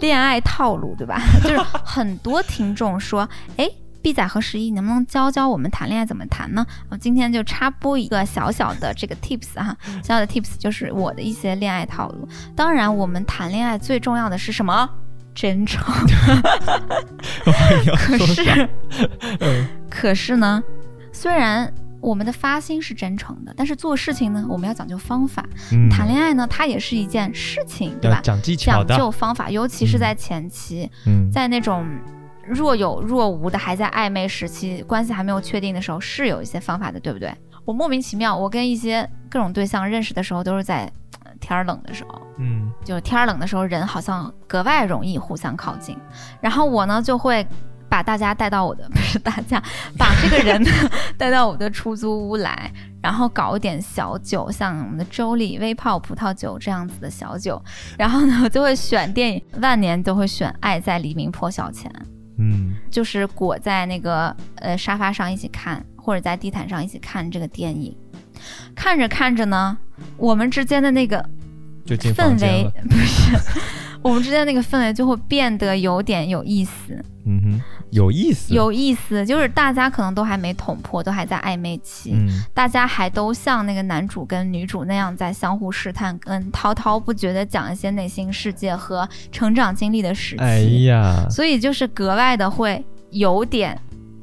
恋爱套路，对吧？就是很多听众说，哎。B 仔和十一，能不能教教我们谈恋爱怎么谈呢？我今天就插播一个小小的这个 tips 哈，
嗯
小小的 tips 就是我的一些恋爱套路。当然，我们谈恋爱最重要的是什么？真诚。
你要
可
说啥？
是，
嗯
可是呢，虽然我们的发心是真诚的，但是做事情呢，我们要讲究方法。
嗯
谈恋爱呢，它也是一件事情，对吧
要？讲技巧
讲
的，
究方法，尤其是在前期，
嗯，
在那种若有若无的还在暧昧时期，关系还没有确定的时候，是有一些方法的，对不对？我莫名其妙，我跟一些各种对象认识的时候，都是在呃天儿冷的时候，
嗯
就天儿冷的时候，人好像格外容易互相靠近。然后我呢，就会把大家带到我的，不 是大家，把这个人呢 带到我的出租屋来，然后搞一点小酒，像我们的周丽微泡葡萄酒这样子的小酒。然后呢，我就会选电影，万年都会选《爱在黎明破晓前》。
嗯，
就是裹在那个呃沙发上一起看，或者在地毯上一起看这个电影。看着看着呢，我们之间的那个
就进房
氛
间
围
了，
不是，我们之间那个氛围就会变得有点有意思，
嗯哼，有意思，，
有意思，就是大家可能都还没捅破，都还在暧昧期，
嗯
大家还都像那个男主跟女主那样在相互试探，跟滔滔不绝的讲一些内心世界和成长经历的时期，
哎呀，
所以就是格外的会有点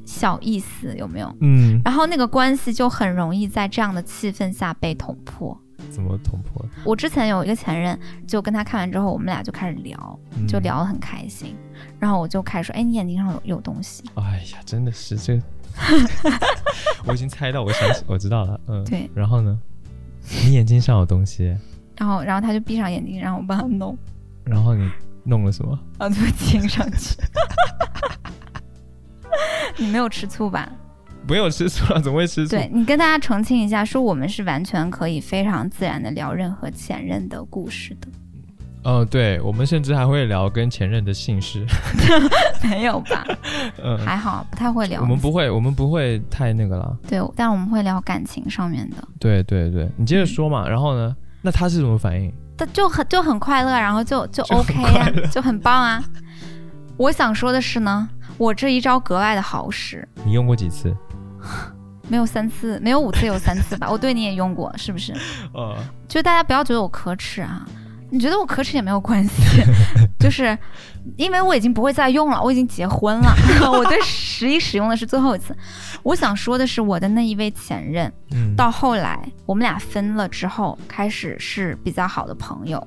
小意思，有没有？
嗯，
然后那个关系就很容易在这样的气氛下被捅破。
怎么捅破的？
我之前有一个前任，就跟他看完之后，我们俩就开始聊，
嗯
就聊得很开心。然后我就开始说：“哎，你眼睛上有有东西。
哎呀，真的是这个， 我已经猜到，我想起我知道了，嗯，
对。
然后呢，你眼睛上有东西，”
然后，然后他就闭上眼睛，让我帮他弄，
然后你弄了什么？
然后就亲上去。 你没有吃醋吧？
没有吃醋了，怎么会吃醋？
对你跟大家澄清一下，说我们是完全可以非常自然的聊任何前任的故事的，
嗯、对，我们甚至还会聊跟前任的姓氏，
没有吧？
嗯，
还好，不太会聊。
我们不会，我们不会太那个了。
对，但我们会聊感情上面的，
对对对，你接着说
嗯
嘛。然后呢？那他是什么反应？
但就很就很快乐，啊然后就就
就很
OK 呀、
快乐
就很棒啊。我想说的是呢，我这一招格外的好使，
你用过几 次？
没有三次，没有五次，有三次吧。我对你也用过，是不是？
呃，
就大家不要觉得我可耻啊，你觉得我可耻也没有关系， 就是因为我已经不会再用了，我已经结婚了， 我对十一使用的是最后一次。我想说的是，我的那一位前任，
嗯，
到后来我们俩分了之后，开始是比较好的朋友，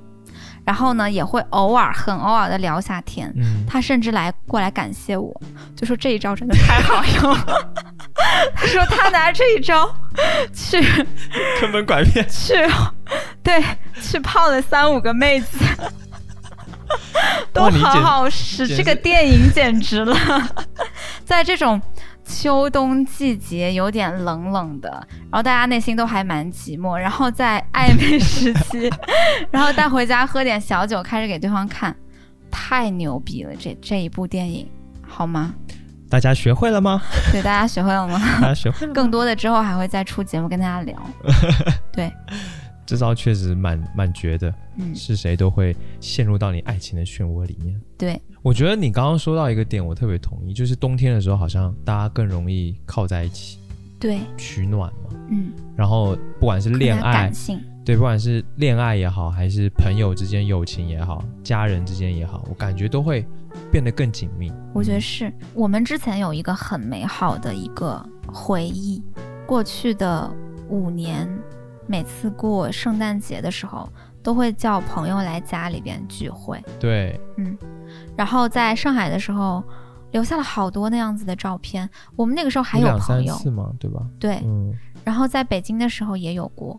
然后呢也会偶尔很偶尔的聊一下天。
嗯，
他甚至来过来感谢我，就说这一招真的太好用了。 他说他拿这一招去
坑本拐骗。
去， 对，去泡了三五个妹子，都
哦哇你
好
简
好使。
简
这个
直
电影简直了， 在这种秋冬季节有点冷冷的，然后大家内心都还蛮寂寞，然后在暧昧时期， 然后带回家喝点小酒，开始给对方看，太牛逼了！这这一部电影好吗？
大家学会了吗？
对，大家学会了吗？
大家学会了吗。
更多的之后还会再出节目跟大家聊。
这招确实蛮蛮绝的，
嗯，
是谁都会陷入到你爱情的漩涡里面。
对，
我觉得你刚刚说到一个点，我特别同意，就是冬天的时候，好像大家更容易靠在一起
对，
取暖嘛。
嗯，
然后不管是
更
恋
加
爱
感，性。
对，不管是恋爱也好，还是朋友之间友情也好，家人之间也好，我感觉都会变得更紧密。
我觉得是我们之前有一个很美好的一个回忆，过去的五年，每次过圣诞节的时候，都会叫朋友来家里边聚会。
对，
然后在上海的时候，留下了好多那样子的照片。我们那个时候还
有
有
两
朋
三
友，
次嘛，对吧？
对。
嗯，
然后在北京的时候也有过。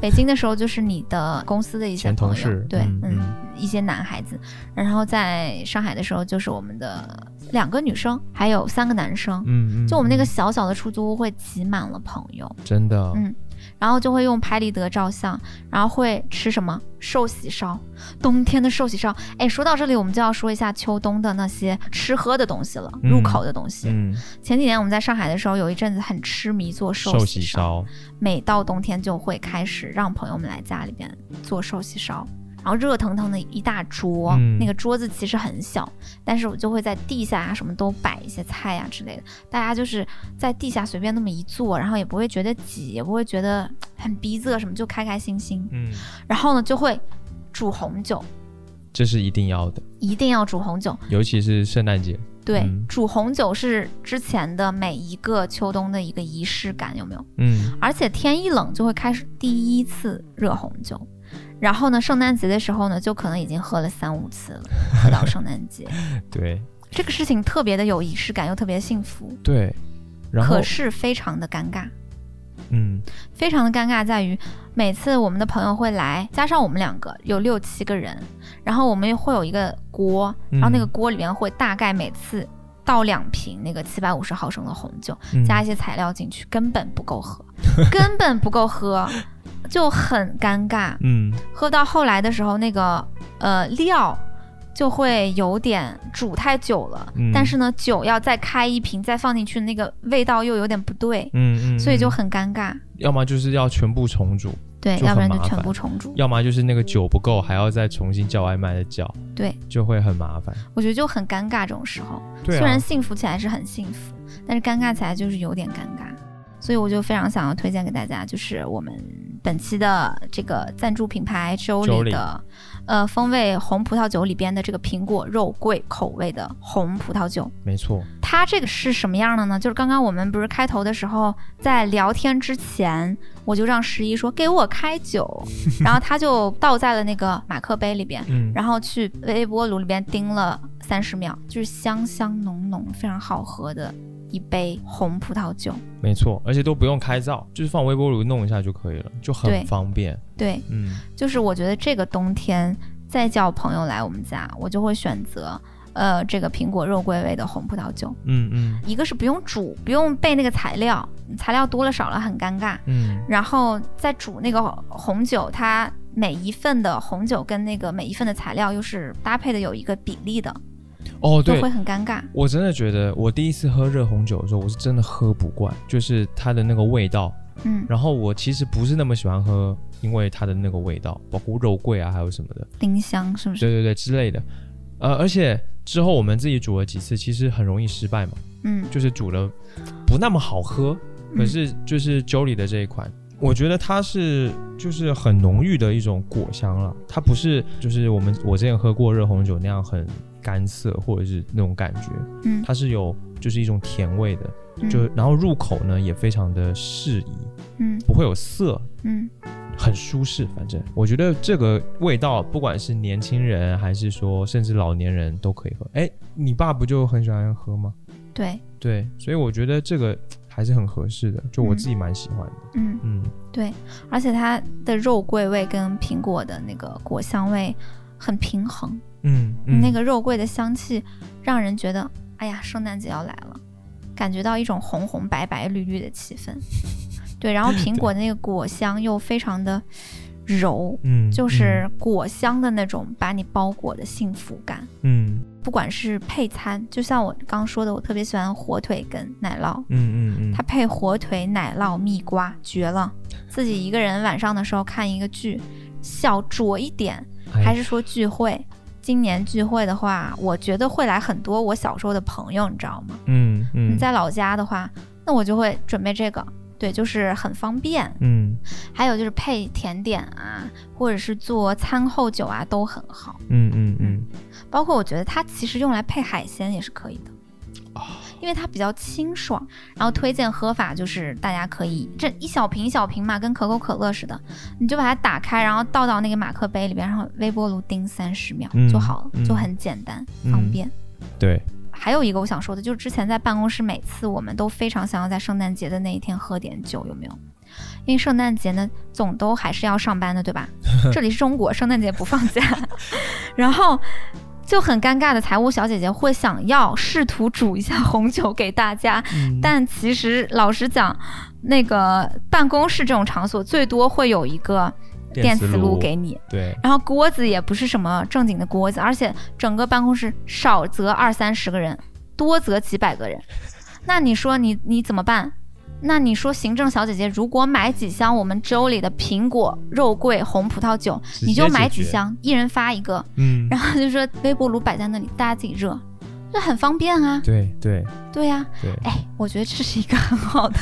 北京的时候就是你的公司的一些
前同
朋友
事
对，
嗯
嗯，一些男孩子。然后在上海的时候就是我们的两个女生，还有三个男生。
嗯嗯，
就我们那个
嗯
小小的出租屋会挤满了朋友，
真的，
嗯然后就会用拍立得照相，然后会吃什么寿喜烧，冬天的寿喜烧。哎，说到这里，我们就要说一下秋冬的那些吃喝的东西了，
嗯
入口的东西。
嗯，
前几年我们在上海的时候，有一阵子很痴迷做寿
寿
喜
喜
烧，
烧，
每到冬天就会开始让朋友们来家里边做寿喜烧，然后热腾腾的一大桌，
嗯
那个桌子其实很小，但是我就会在地下啊什么都摆一些菜呀、之类的，大家就是在地下随便那么一坐，然后也不会觉得挤，也不会觉得很逼仄什么，就开开心心。
嗯，
然后呢，就会煮红酒，
这是一定要的，
一定要煮红酒，
尤其是圣诞节，
对，
嗯
煮红酒是之前的每一个秋冬的一个仪式感，有没有？
嗯，
而且天一冷就会开始第一次热红酒，然后呢，圣诞节的时候呢，就可能已经喝了三五次了，喝到圣诞 节，
对
这个事情特别的有仪式感，又特别幸福，
对，然后
可是非常的尴尬，
嗯，
非常的尴尬在于每次我们的朋友会来，加上我们两个有六七个人，然后我们会有一个锅，
嗯
然后那个锅里面会大概每次倒两瓶那个七百五十毫升的红酒，
嗯
加一些材料进去，根本不够喝， 根本不够喝，就很尴尬。
嗯
喝到后来的时候，那个呃料就会有点煮太久了，
嗯
但是呢酒要再开一瓶再放进去，那个味道又有点不对，
嗯嗯，
所以就
嗯
很尴尬。
要么就是要全部重煮，
对，
就很
要不然就
麻烦
全部重煮。
要么就是那个酒不够，还要再重新叫外卖的叫，
对，
就会很麻烦。
我觉得就很尴尬，这种时候。
对
虽
啊
然，幸福起来是很幸福，但是尴尬起来就是有点尴尬，所以我就非常想要推荐给大家，就是我们本期的这个赞助品牌周
周
里
礼
的，呃，风味红葡萄酒里边的这个苹果肉桂口味的红葡萄酒，
没错，
它这个是什么样的呢？就是刚刚我们不是开头的时候在聊天之前，我就让十一说给我开 酒，然后他就倒在了那个马克杯里边，
嗯，
然后去微波炉里边叮了三十秒，就是香香浓浓、非常好喝的一杯红葡萄酒。
没错，而且都不用开灶，就是放微波炉弄一下就可以了，就
对
很方便。
对，
嗯，
就是我觉得这个冬天再叫朋友来我们家，我就会选择呃这个苹果肉桂味的红葡萄酒。
嗯嗯
一个是不用煮，不用备那个材料，材料多了少了很尴尬。
嗯，
然后再煮那个红酒，它每一份的红酒跟那个每一份的材料又是搭配的有一个比例的，
哦
就
对
会，很尴尬。
我真的觉得我第一次喝热红酒的时候，我是真的喝不惯，就是它的那个味道。
嗯，
然后我其实不是那么喜欢喝，因为它的那个味道，包括肉桂啊，还有什么的，
丁香是不是？
对对对之类的。呃，而且之后我们自己煮了几次，其实很容易失败嘛，
嗯，
就是煮了不那么好喝。可是就是酒里的这一款，我觉得它是就是很浓郁的一种果香了，它不是就是我们我之前喝过热红酒那样很干涩或者是那种感觉，
嗯
它是有就是一种甜味的，
嗯
就然后入口呢也非常的适宜，
嗯
不会有涩，
嗯
很舒适。反正我觉得这个味道，不管是年轻人还是说甚至老年人都可以喝。哎，你爸不就很喜欢喝吗？
对
对，所以我觉得这个还是很合适的，就我自己蛮喜欢的。
嗯，
嗯，
而且它的肉桂味跟苹果的那个果香味很平衡，
嗯嗯，
那个肉桂的香气让人觉得，哎呀，圣诞节要来了，感觉到一种红红白白绿绿的气氛。 对，然后苹果的那个果香又非常的柔，
嗯，
就是果香的那种把你包裹的幸福感。
嗯
不管是配餐，就像我刚说的，我特别喜欢火腿跟奶酪，
嗯嗯嗯，
它配火腿、奶酪、蜜瓜，绝了！自己一个人晚上的时候看一个剧，小酌一点，
哎
还是说聚会。今年聚会的话，我觉得会来很多我小时候的朋友，你知道吗？
嗯嗯
你在老家的话，那我就会准备这个，对，就是很方便。
嗯
还有就是配甜点啊，或者是做餐后酒啊，都很好。
嗯嗯嗯，
包括我觉得它其实用来配海鲜也是可以的，
哦
因为它比较清爽。然后推荐喝法就是大家可以这一小瓶一小瓶嘛，跟可口可乐似的，你就把它打开，然后倒到那个马克杯里边，然后微波炉叮三十秒
嗯
就好了，
嗯
就很简单、
嗯
方便。
对，
还有一个我想说的，就是之前在办公室，每次我们都非常想要在圣诞节的那一天喝点酒，有没有？因为圣诞节呢，总都还是要上班的，对 吧？这里是中国，圣诞节不放假， 然后就很尴尬的财务小姐姐会想要试图煮一下红酒给大家，嗯但其实老实讲，那个办公室这种场所最多会有一个电磁炉给你，
对，
然后锅子也不是什么正经的锅子，而且整个办公室少则二三十个人，多则几百个人。那你说你你怎么办？那你说行政小姐姐，如果买几箱我们州里的苹果、肉桂、红葡萄酒，
直接
你就买几
解决
箱，一人发一个，
嗯，
然后就说微波炉摆在那里，大家自己热， 这很方便啊。
对对
对呀、
对，
哎，我觉得这是一个很好的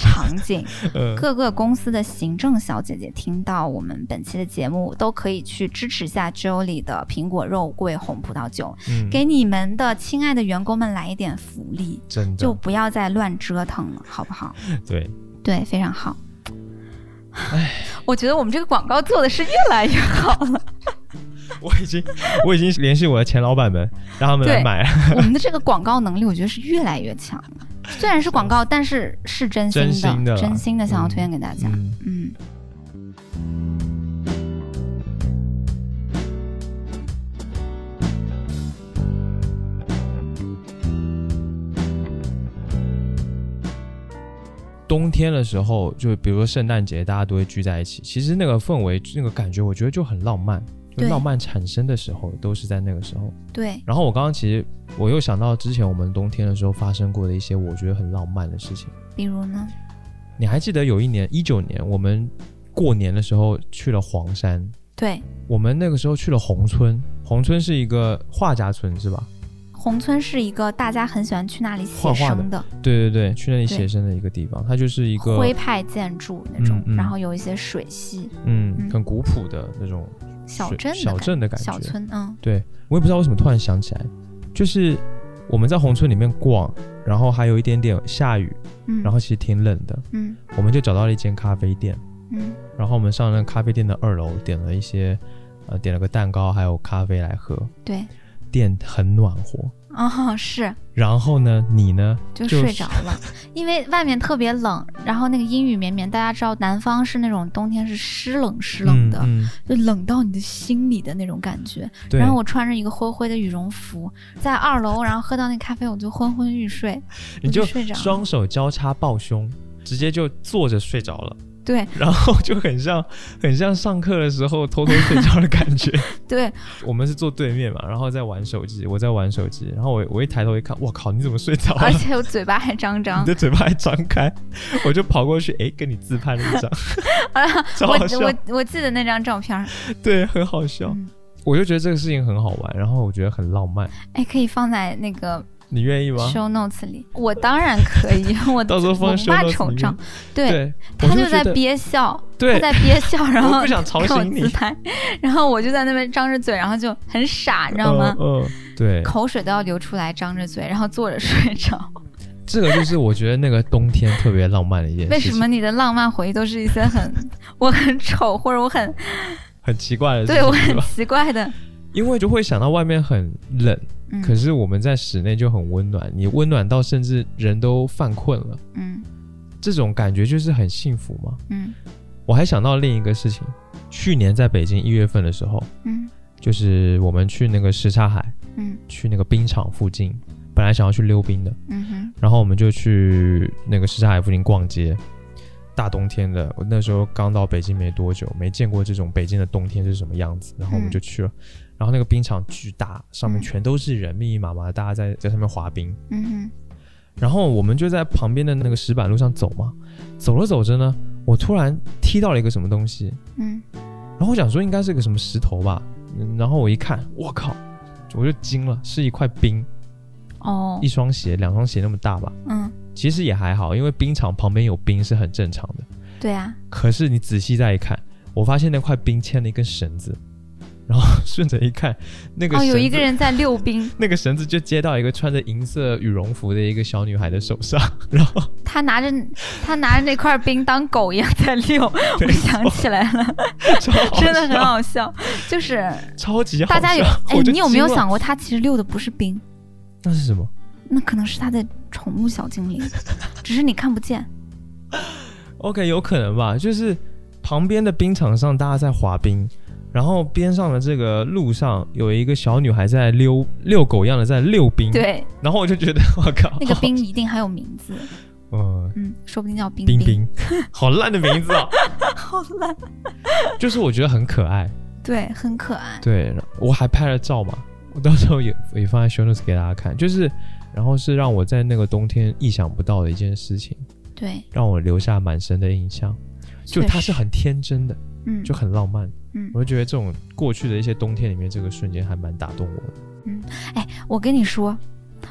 场景。
呃
各个公司的行政小姐姐听到我们本期的节目，都可以去支持一下 Jolie 的苹果肉桂红葡萄酒，
嗯
给你们的亲爱的员工们来一点福利，
真
就
的
不要再乱折腾了，好不好？
对，
对，非常好。我觉得我们这个广告做的是越来越好 了。
我已经我已经联系我的前老板们，让他们来
对
买，
我们的这个广告能力，我觉得是越来越强了。虽然是广告，但是是真心的，
真心的啦
真心的想要
嗯
推荐给大家。
嗯。
嗯，
冬天的时候，就比如说圣诞节，大家都会聚在一起。其实那个氛围、那个感觉，我觉得就很浪漫。就
对
浪漫产生的时候，都是在那个时候。
对，
然后我刚刚其实我又想到之前我们冬天的时候发生过的一些我觉得很浪漫的事情。
比如呢？
你还记得有一年一九年，我们过年的时候去了黄山，
对，
我们那个时候去了宏村，宏村是一个画家村是吧？
宏村是一个大家很喜欢去那里写
画画
生的
对对对，去那里
对
写生的一个地方，它就是一个
徽派建筑那种，
嗯嗯
然后有一些水系
嗯
嗯
很古朴的那种
小
水
镇的
小
感觉
镇的感觉，
小村，嗯
对我也不知道为什么突然想起来，就是我们在宏村里面逛，然后还有一点点下雨，
嗯，
然后其实挺冷的，
嗯
我们就找到了一间咖啡店，
嗯
然后我们上那咖啡店的二楼，点了一些，呃，点了个蛋糕，还有咖啡来喝。
对，
店很暖和，
哦是，
然后呢，你呢？
就
就
睡
是
着了， 因为外面特别冷，然后那个阴雨绵绵，大家知道南方是那种冬天是湿冷湿冷的，
嗯嗯
就冷到你的心里的那种感觉。
对。
然后我穿着一个灰灰的羽绒服，在二楼，然后喝到那咖啡，我就昏昏欲睡，
你
我就
就
睡着了。
双手交叉抱胸，直接就坐着睡着了，
对
然后就很像 很像上课的时候偷偷睡觉的感觉。
对，
我们是坐对面嘛，然后在玩手机，我在玩手机，然后我我一抬头一看，我靠，你怎么睡着了
而？且我嘴巴还张
你
张，
的嘴巴还张开，我就跑过去，哎，跟你自拍了 一张，超
我
好笑，
我我记得那张照片儿，
对，很好笑。
嗯
我就觉得这个事情很好玩，然后我觉得很浪漫，
哎，可以放在那个
你愿意吗？
show notes 里。我当然可以，我
到时候
我
放
不
show
怕
notes
丑
里面
账，对，
对，
他
我
就
就
在
觉得，
憋笑，他
对，
在 憋笑，然后
我不想吵
跟我
醒你
自，拍，然后我就在那边张着嘴，然后就很傻，你知道吗？
嗯，嗯 对，
口水都要流出来，张着嘴，然后坐着睡 着。
这个就是我觉得那个冬天特别浪漫的一件
为
事
什
情，
么你的浪漫回忆都是一些 很我很丑或者我很
很奇怪的事情，
对我
是
很
吧？
奇怪的？
因为就会想到外面很冷，
嗯
可是我们在室内就很温暖，你温暖到甚至人都犯困了，
嗯
这种感觉就是很幸福嘛。
嗯
我还想到另一个事情，去年在北京一月份的时候，
嗯
就是我们去那个什刹海，
嗯
去那个冰场附近，本来想要去溜冰的，
嗯哼
然后我们就去那个什刹海附近逛街。大冬天的，我那时候刚到北京没多久，没见过这种北京的冬天是什么样子。然后我们就去了，然后那个冰场巨大，上面
嗯
全都是人，密密麻麻，大家在在上面滑冰。
嗯哼
然后我们就在旁边的那个石板路上走嘛，走着走着呢，我突然踢到了一个什么东西，
嗯
然后我想说应该是个什么石头吧，嗯然后我一看，我靠，我就惊了，是一块冰，
哦
一双鞋，两双鞋那么大吧，
嗯
其实也还好，因为冰场旁边有冰是很正常的。
对啊
可是你仔细再一看，我发现那块冰牵了一根绳子，然后顺着一看，那个
哦
绳子、
有一个人在溜冰，
那个绳子就接到一个穿着银色羽绒服的一个小女孩的手上，然后
他拿着他拿着那块冰当狗一样在溜， 我 想起来了，
超好笑
真的很好笑，就是。
超级好
大家
笑。
有哎
我，就
你有没有
惊了
想过，他其实溜的不是冰，
那是什么？
那可能是他的宠物小精灵， 只是你看不见。
OK，有可能吧，就是旁边的冰场上大家在滑冰，然后边上的这个路上有一个小女孩在溜遛狗一样的在溜冰，，
对，
然后我就觉得我靠，
那个冰一定还有名字，
呃，
嗯，说不定叫冰
冰冰， 好烂的名字啊，
好烂。
就是我觉得很可爱，
对，很可爱。
对我还拍了照嘛，我到时候也也放在 show notes 给大家看，就是然后是让我在那个冬天意想不到的一件事情，
对，
让我留下蛮深的印象，就
确
它是
实
很天真的，
嗯，
就很浪漫。
嗯，
我就觉得这种过去的一些冬天里面，这个瞬间还蛮打动我的。
我跟你说，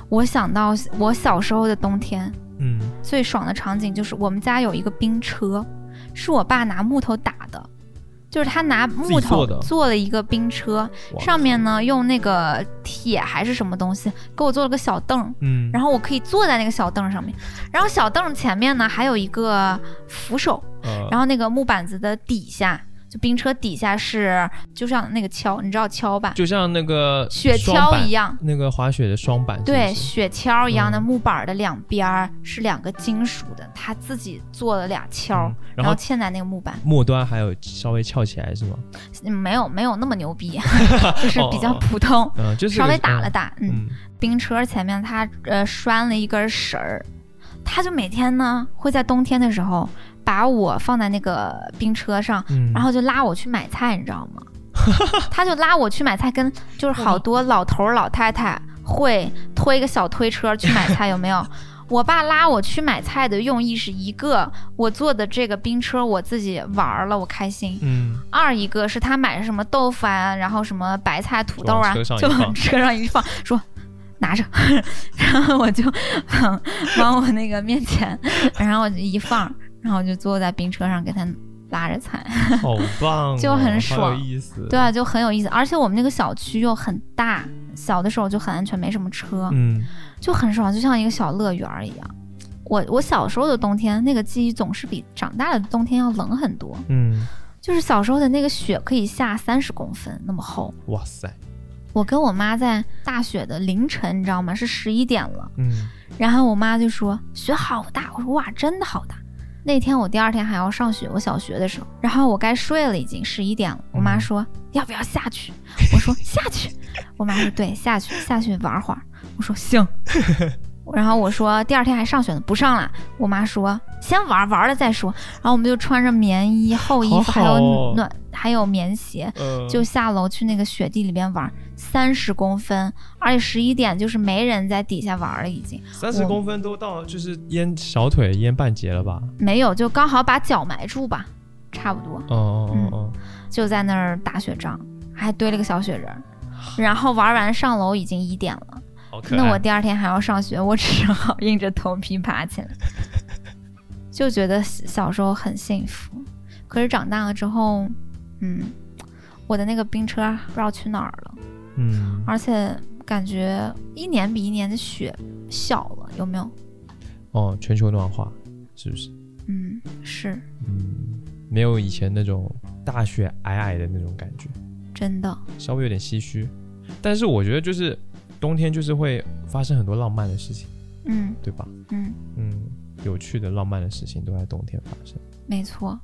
我想到我小时候的冬天
嗯，
最爽的场景就是我们家有一个冰车，是我爸拿木头打的。就是他拿
己
木头
做的
做了一个冰车，
哇
上，面呢用那个铁还是什么东西给我做了个小凳儿，
嗯，
然后我可以坐在那个小凳上面，然后小凳前面呢还有一个扶手，
呃
然后那个木板子的底下，就冰车底下是就像那个锹，你知道锹吧？
就像那个
雪
双
橇
板
一，样，
那个滑雪的双板，
对，
是
雪橇一样的
嗯
木板儿的两边儿是两个金属的，他自己做了俩
不是
锹
嗯。然
然
后
后嵌在那个木板，
末端还有稍微翘起来是吗？
嗯没有没有那么牛 逼， 就是比较普通，
嗯， 就是
稍
个
微打了，打，嗯
嗯
冰车前面他呃拴了一根绳儿，他就每天呢会在冬天的时候把我放在那个冰车上，
嗯，
然后就拉我去买菜，你知道吗？ 他就拉我去买菜，跟就是好多老头儿老太太会推一个小推车去买菜，有没有？ 我爸拉我去买菜的用意是一个，我坐的这个冰车我自己玩儿了，我开心；
嗯，
二一个是他买什么豆腐啊，然后什么白菜、土豆啊就
就往车，上一
往
放
车上一放，说拿着， 然后我就往往我那个面前，然后我就一放，然后我就坐在冰车上给他拉着踩，
好棒哦，
就很
好有
爽
意思。
对，啊，就很有意思。而且我们那个小区又很大，小的时候就很安全，没什么车，
嗯，
就很爽，就像一个小乐园儿一样。我我小时候的冬天，那个记忆总是比长大的冬天要冷很多。
嗯，
就是小时候的那个雪可以下三十公分那么厚。
哇塞，
我跟我妈在大雪的凌晨，你知道吗？是十一点了。
嗯，
然后我妈就说雪好大，我说哇，真的好大。那天我第二天还要上学，我小学的时候，然后我该睡了，已经十一点了。我
嗯
妈说、要不要下去？我说下去。我妈说对，下去下去玩会儿。我说 行。然后我说第二天还上学呢，不上了。我妈说先玩玩了再说。然后我们就穿着棉衣、厚衣服，
好
还
好哦
有暖，还有棉鞋，
呃，
就下楼去那个雪地里边玩，三十公分，而且十一点就是没人在底下玩了，已经。
三十
我
公分都到，就是淹小腿淹半截了吧？
没有，就刚好把脚埋住吧，差不多
哦哦哦
嗯就在那儿打雪仗，还堆了个小雪人儿。然后玩完上楼已经一点了，
哦，好可爱。
那我第二天还要上学，我只好硬着头皮爬起来， 就觉得小时候很幸福。可是长大了之后，嗯，我的那个冰车不知道去哪儿了，
嗯，
而且感觉一年比一年的雪小了，有没有？
哦，全球暖化是不是？
嗯，是
嗯，没有以前那种大雪皑皑的那种感觉，
真的，
稍微有点唏嘘。但是我觉得就是冬天就是会发生很多浪漫的事情，
嗯
对吧？
嗯。
嗯，有趣的浪漫的事情都在冬天发生。
没错，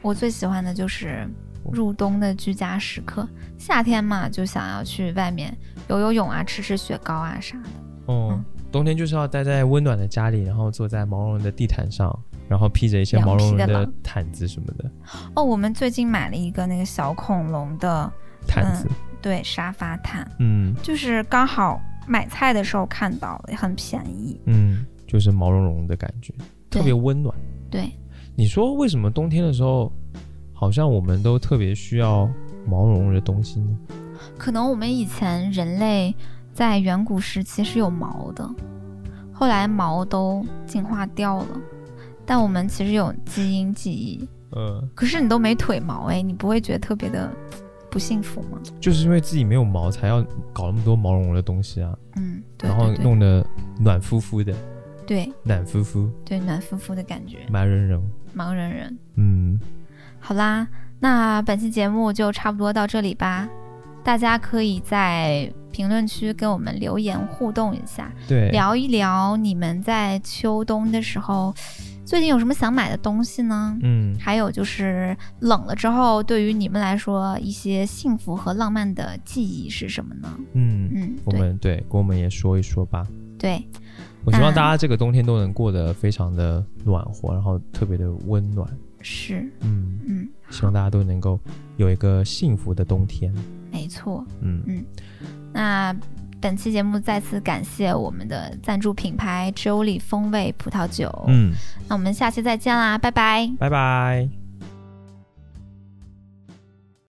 我最喜欢的就是入冬的居家时刻。夏天嘛，就想要去外面游游泳啊，吃吃雪糕啊啥的。
哦、
嗯
冬天就是要待在温暖的家里，然后坐在毛茸茸的地毯上，然后披着一些毛茸茸
凉皮的
的
狼
毯子什么的，
哦，我们最近买了一个那个小恐龙的
毯子，
对沙发毯，
嗯
就是刚好买菜的时候看到了，很便宜。
嗯，就是毛茸茸的感觉，
对
特别温暖。
对，
你说为什么冬天的时候，好像我们都特别需要毛茸茸的东西呢？
可能我们以前人类在远古时期是有毛的，后来毛都进化掉了，但我们其实有基因记忆。
呃，
可是你都没腿毛哎，你不会觉得特别的不幸福吗？
就是因为自己没有毛，才要搞那么多毛茸茸的东西啊，
嗯，对
然后
对对，
弄得暖乎乎的，
对
暖乎乎，
对暖乎乎的感觉，
蛮人人。
盲人人。
嗯，
好啦，那本期节目就差不多到这里吧。大家可以在评论区给我们留言互动一下，
对，
聊一聊你们在秋冬的时候最近有什么想买的东西呢？
嗯，
还有就是冷了之后，对于你们来说，一些幸福和浪漫的记忆是什么呢？
嗯，
嗯，
我
对
们对跟我们也说一说吧。
对，
我希望
那
大家这个冬天都能过得非常的暖和，然后特别的温暖。
是，
嗯，
嗯，
希望大家都能够有一个幸福的冬天。
没错。
嗯，
那本期节目再次感谢我们的赞助品牌 Jolly 风味葡萄酒。，
嗯，
那我们下期再见啦，拜拜。
拜拜。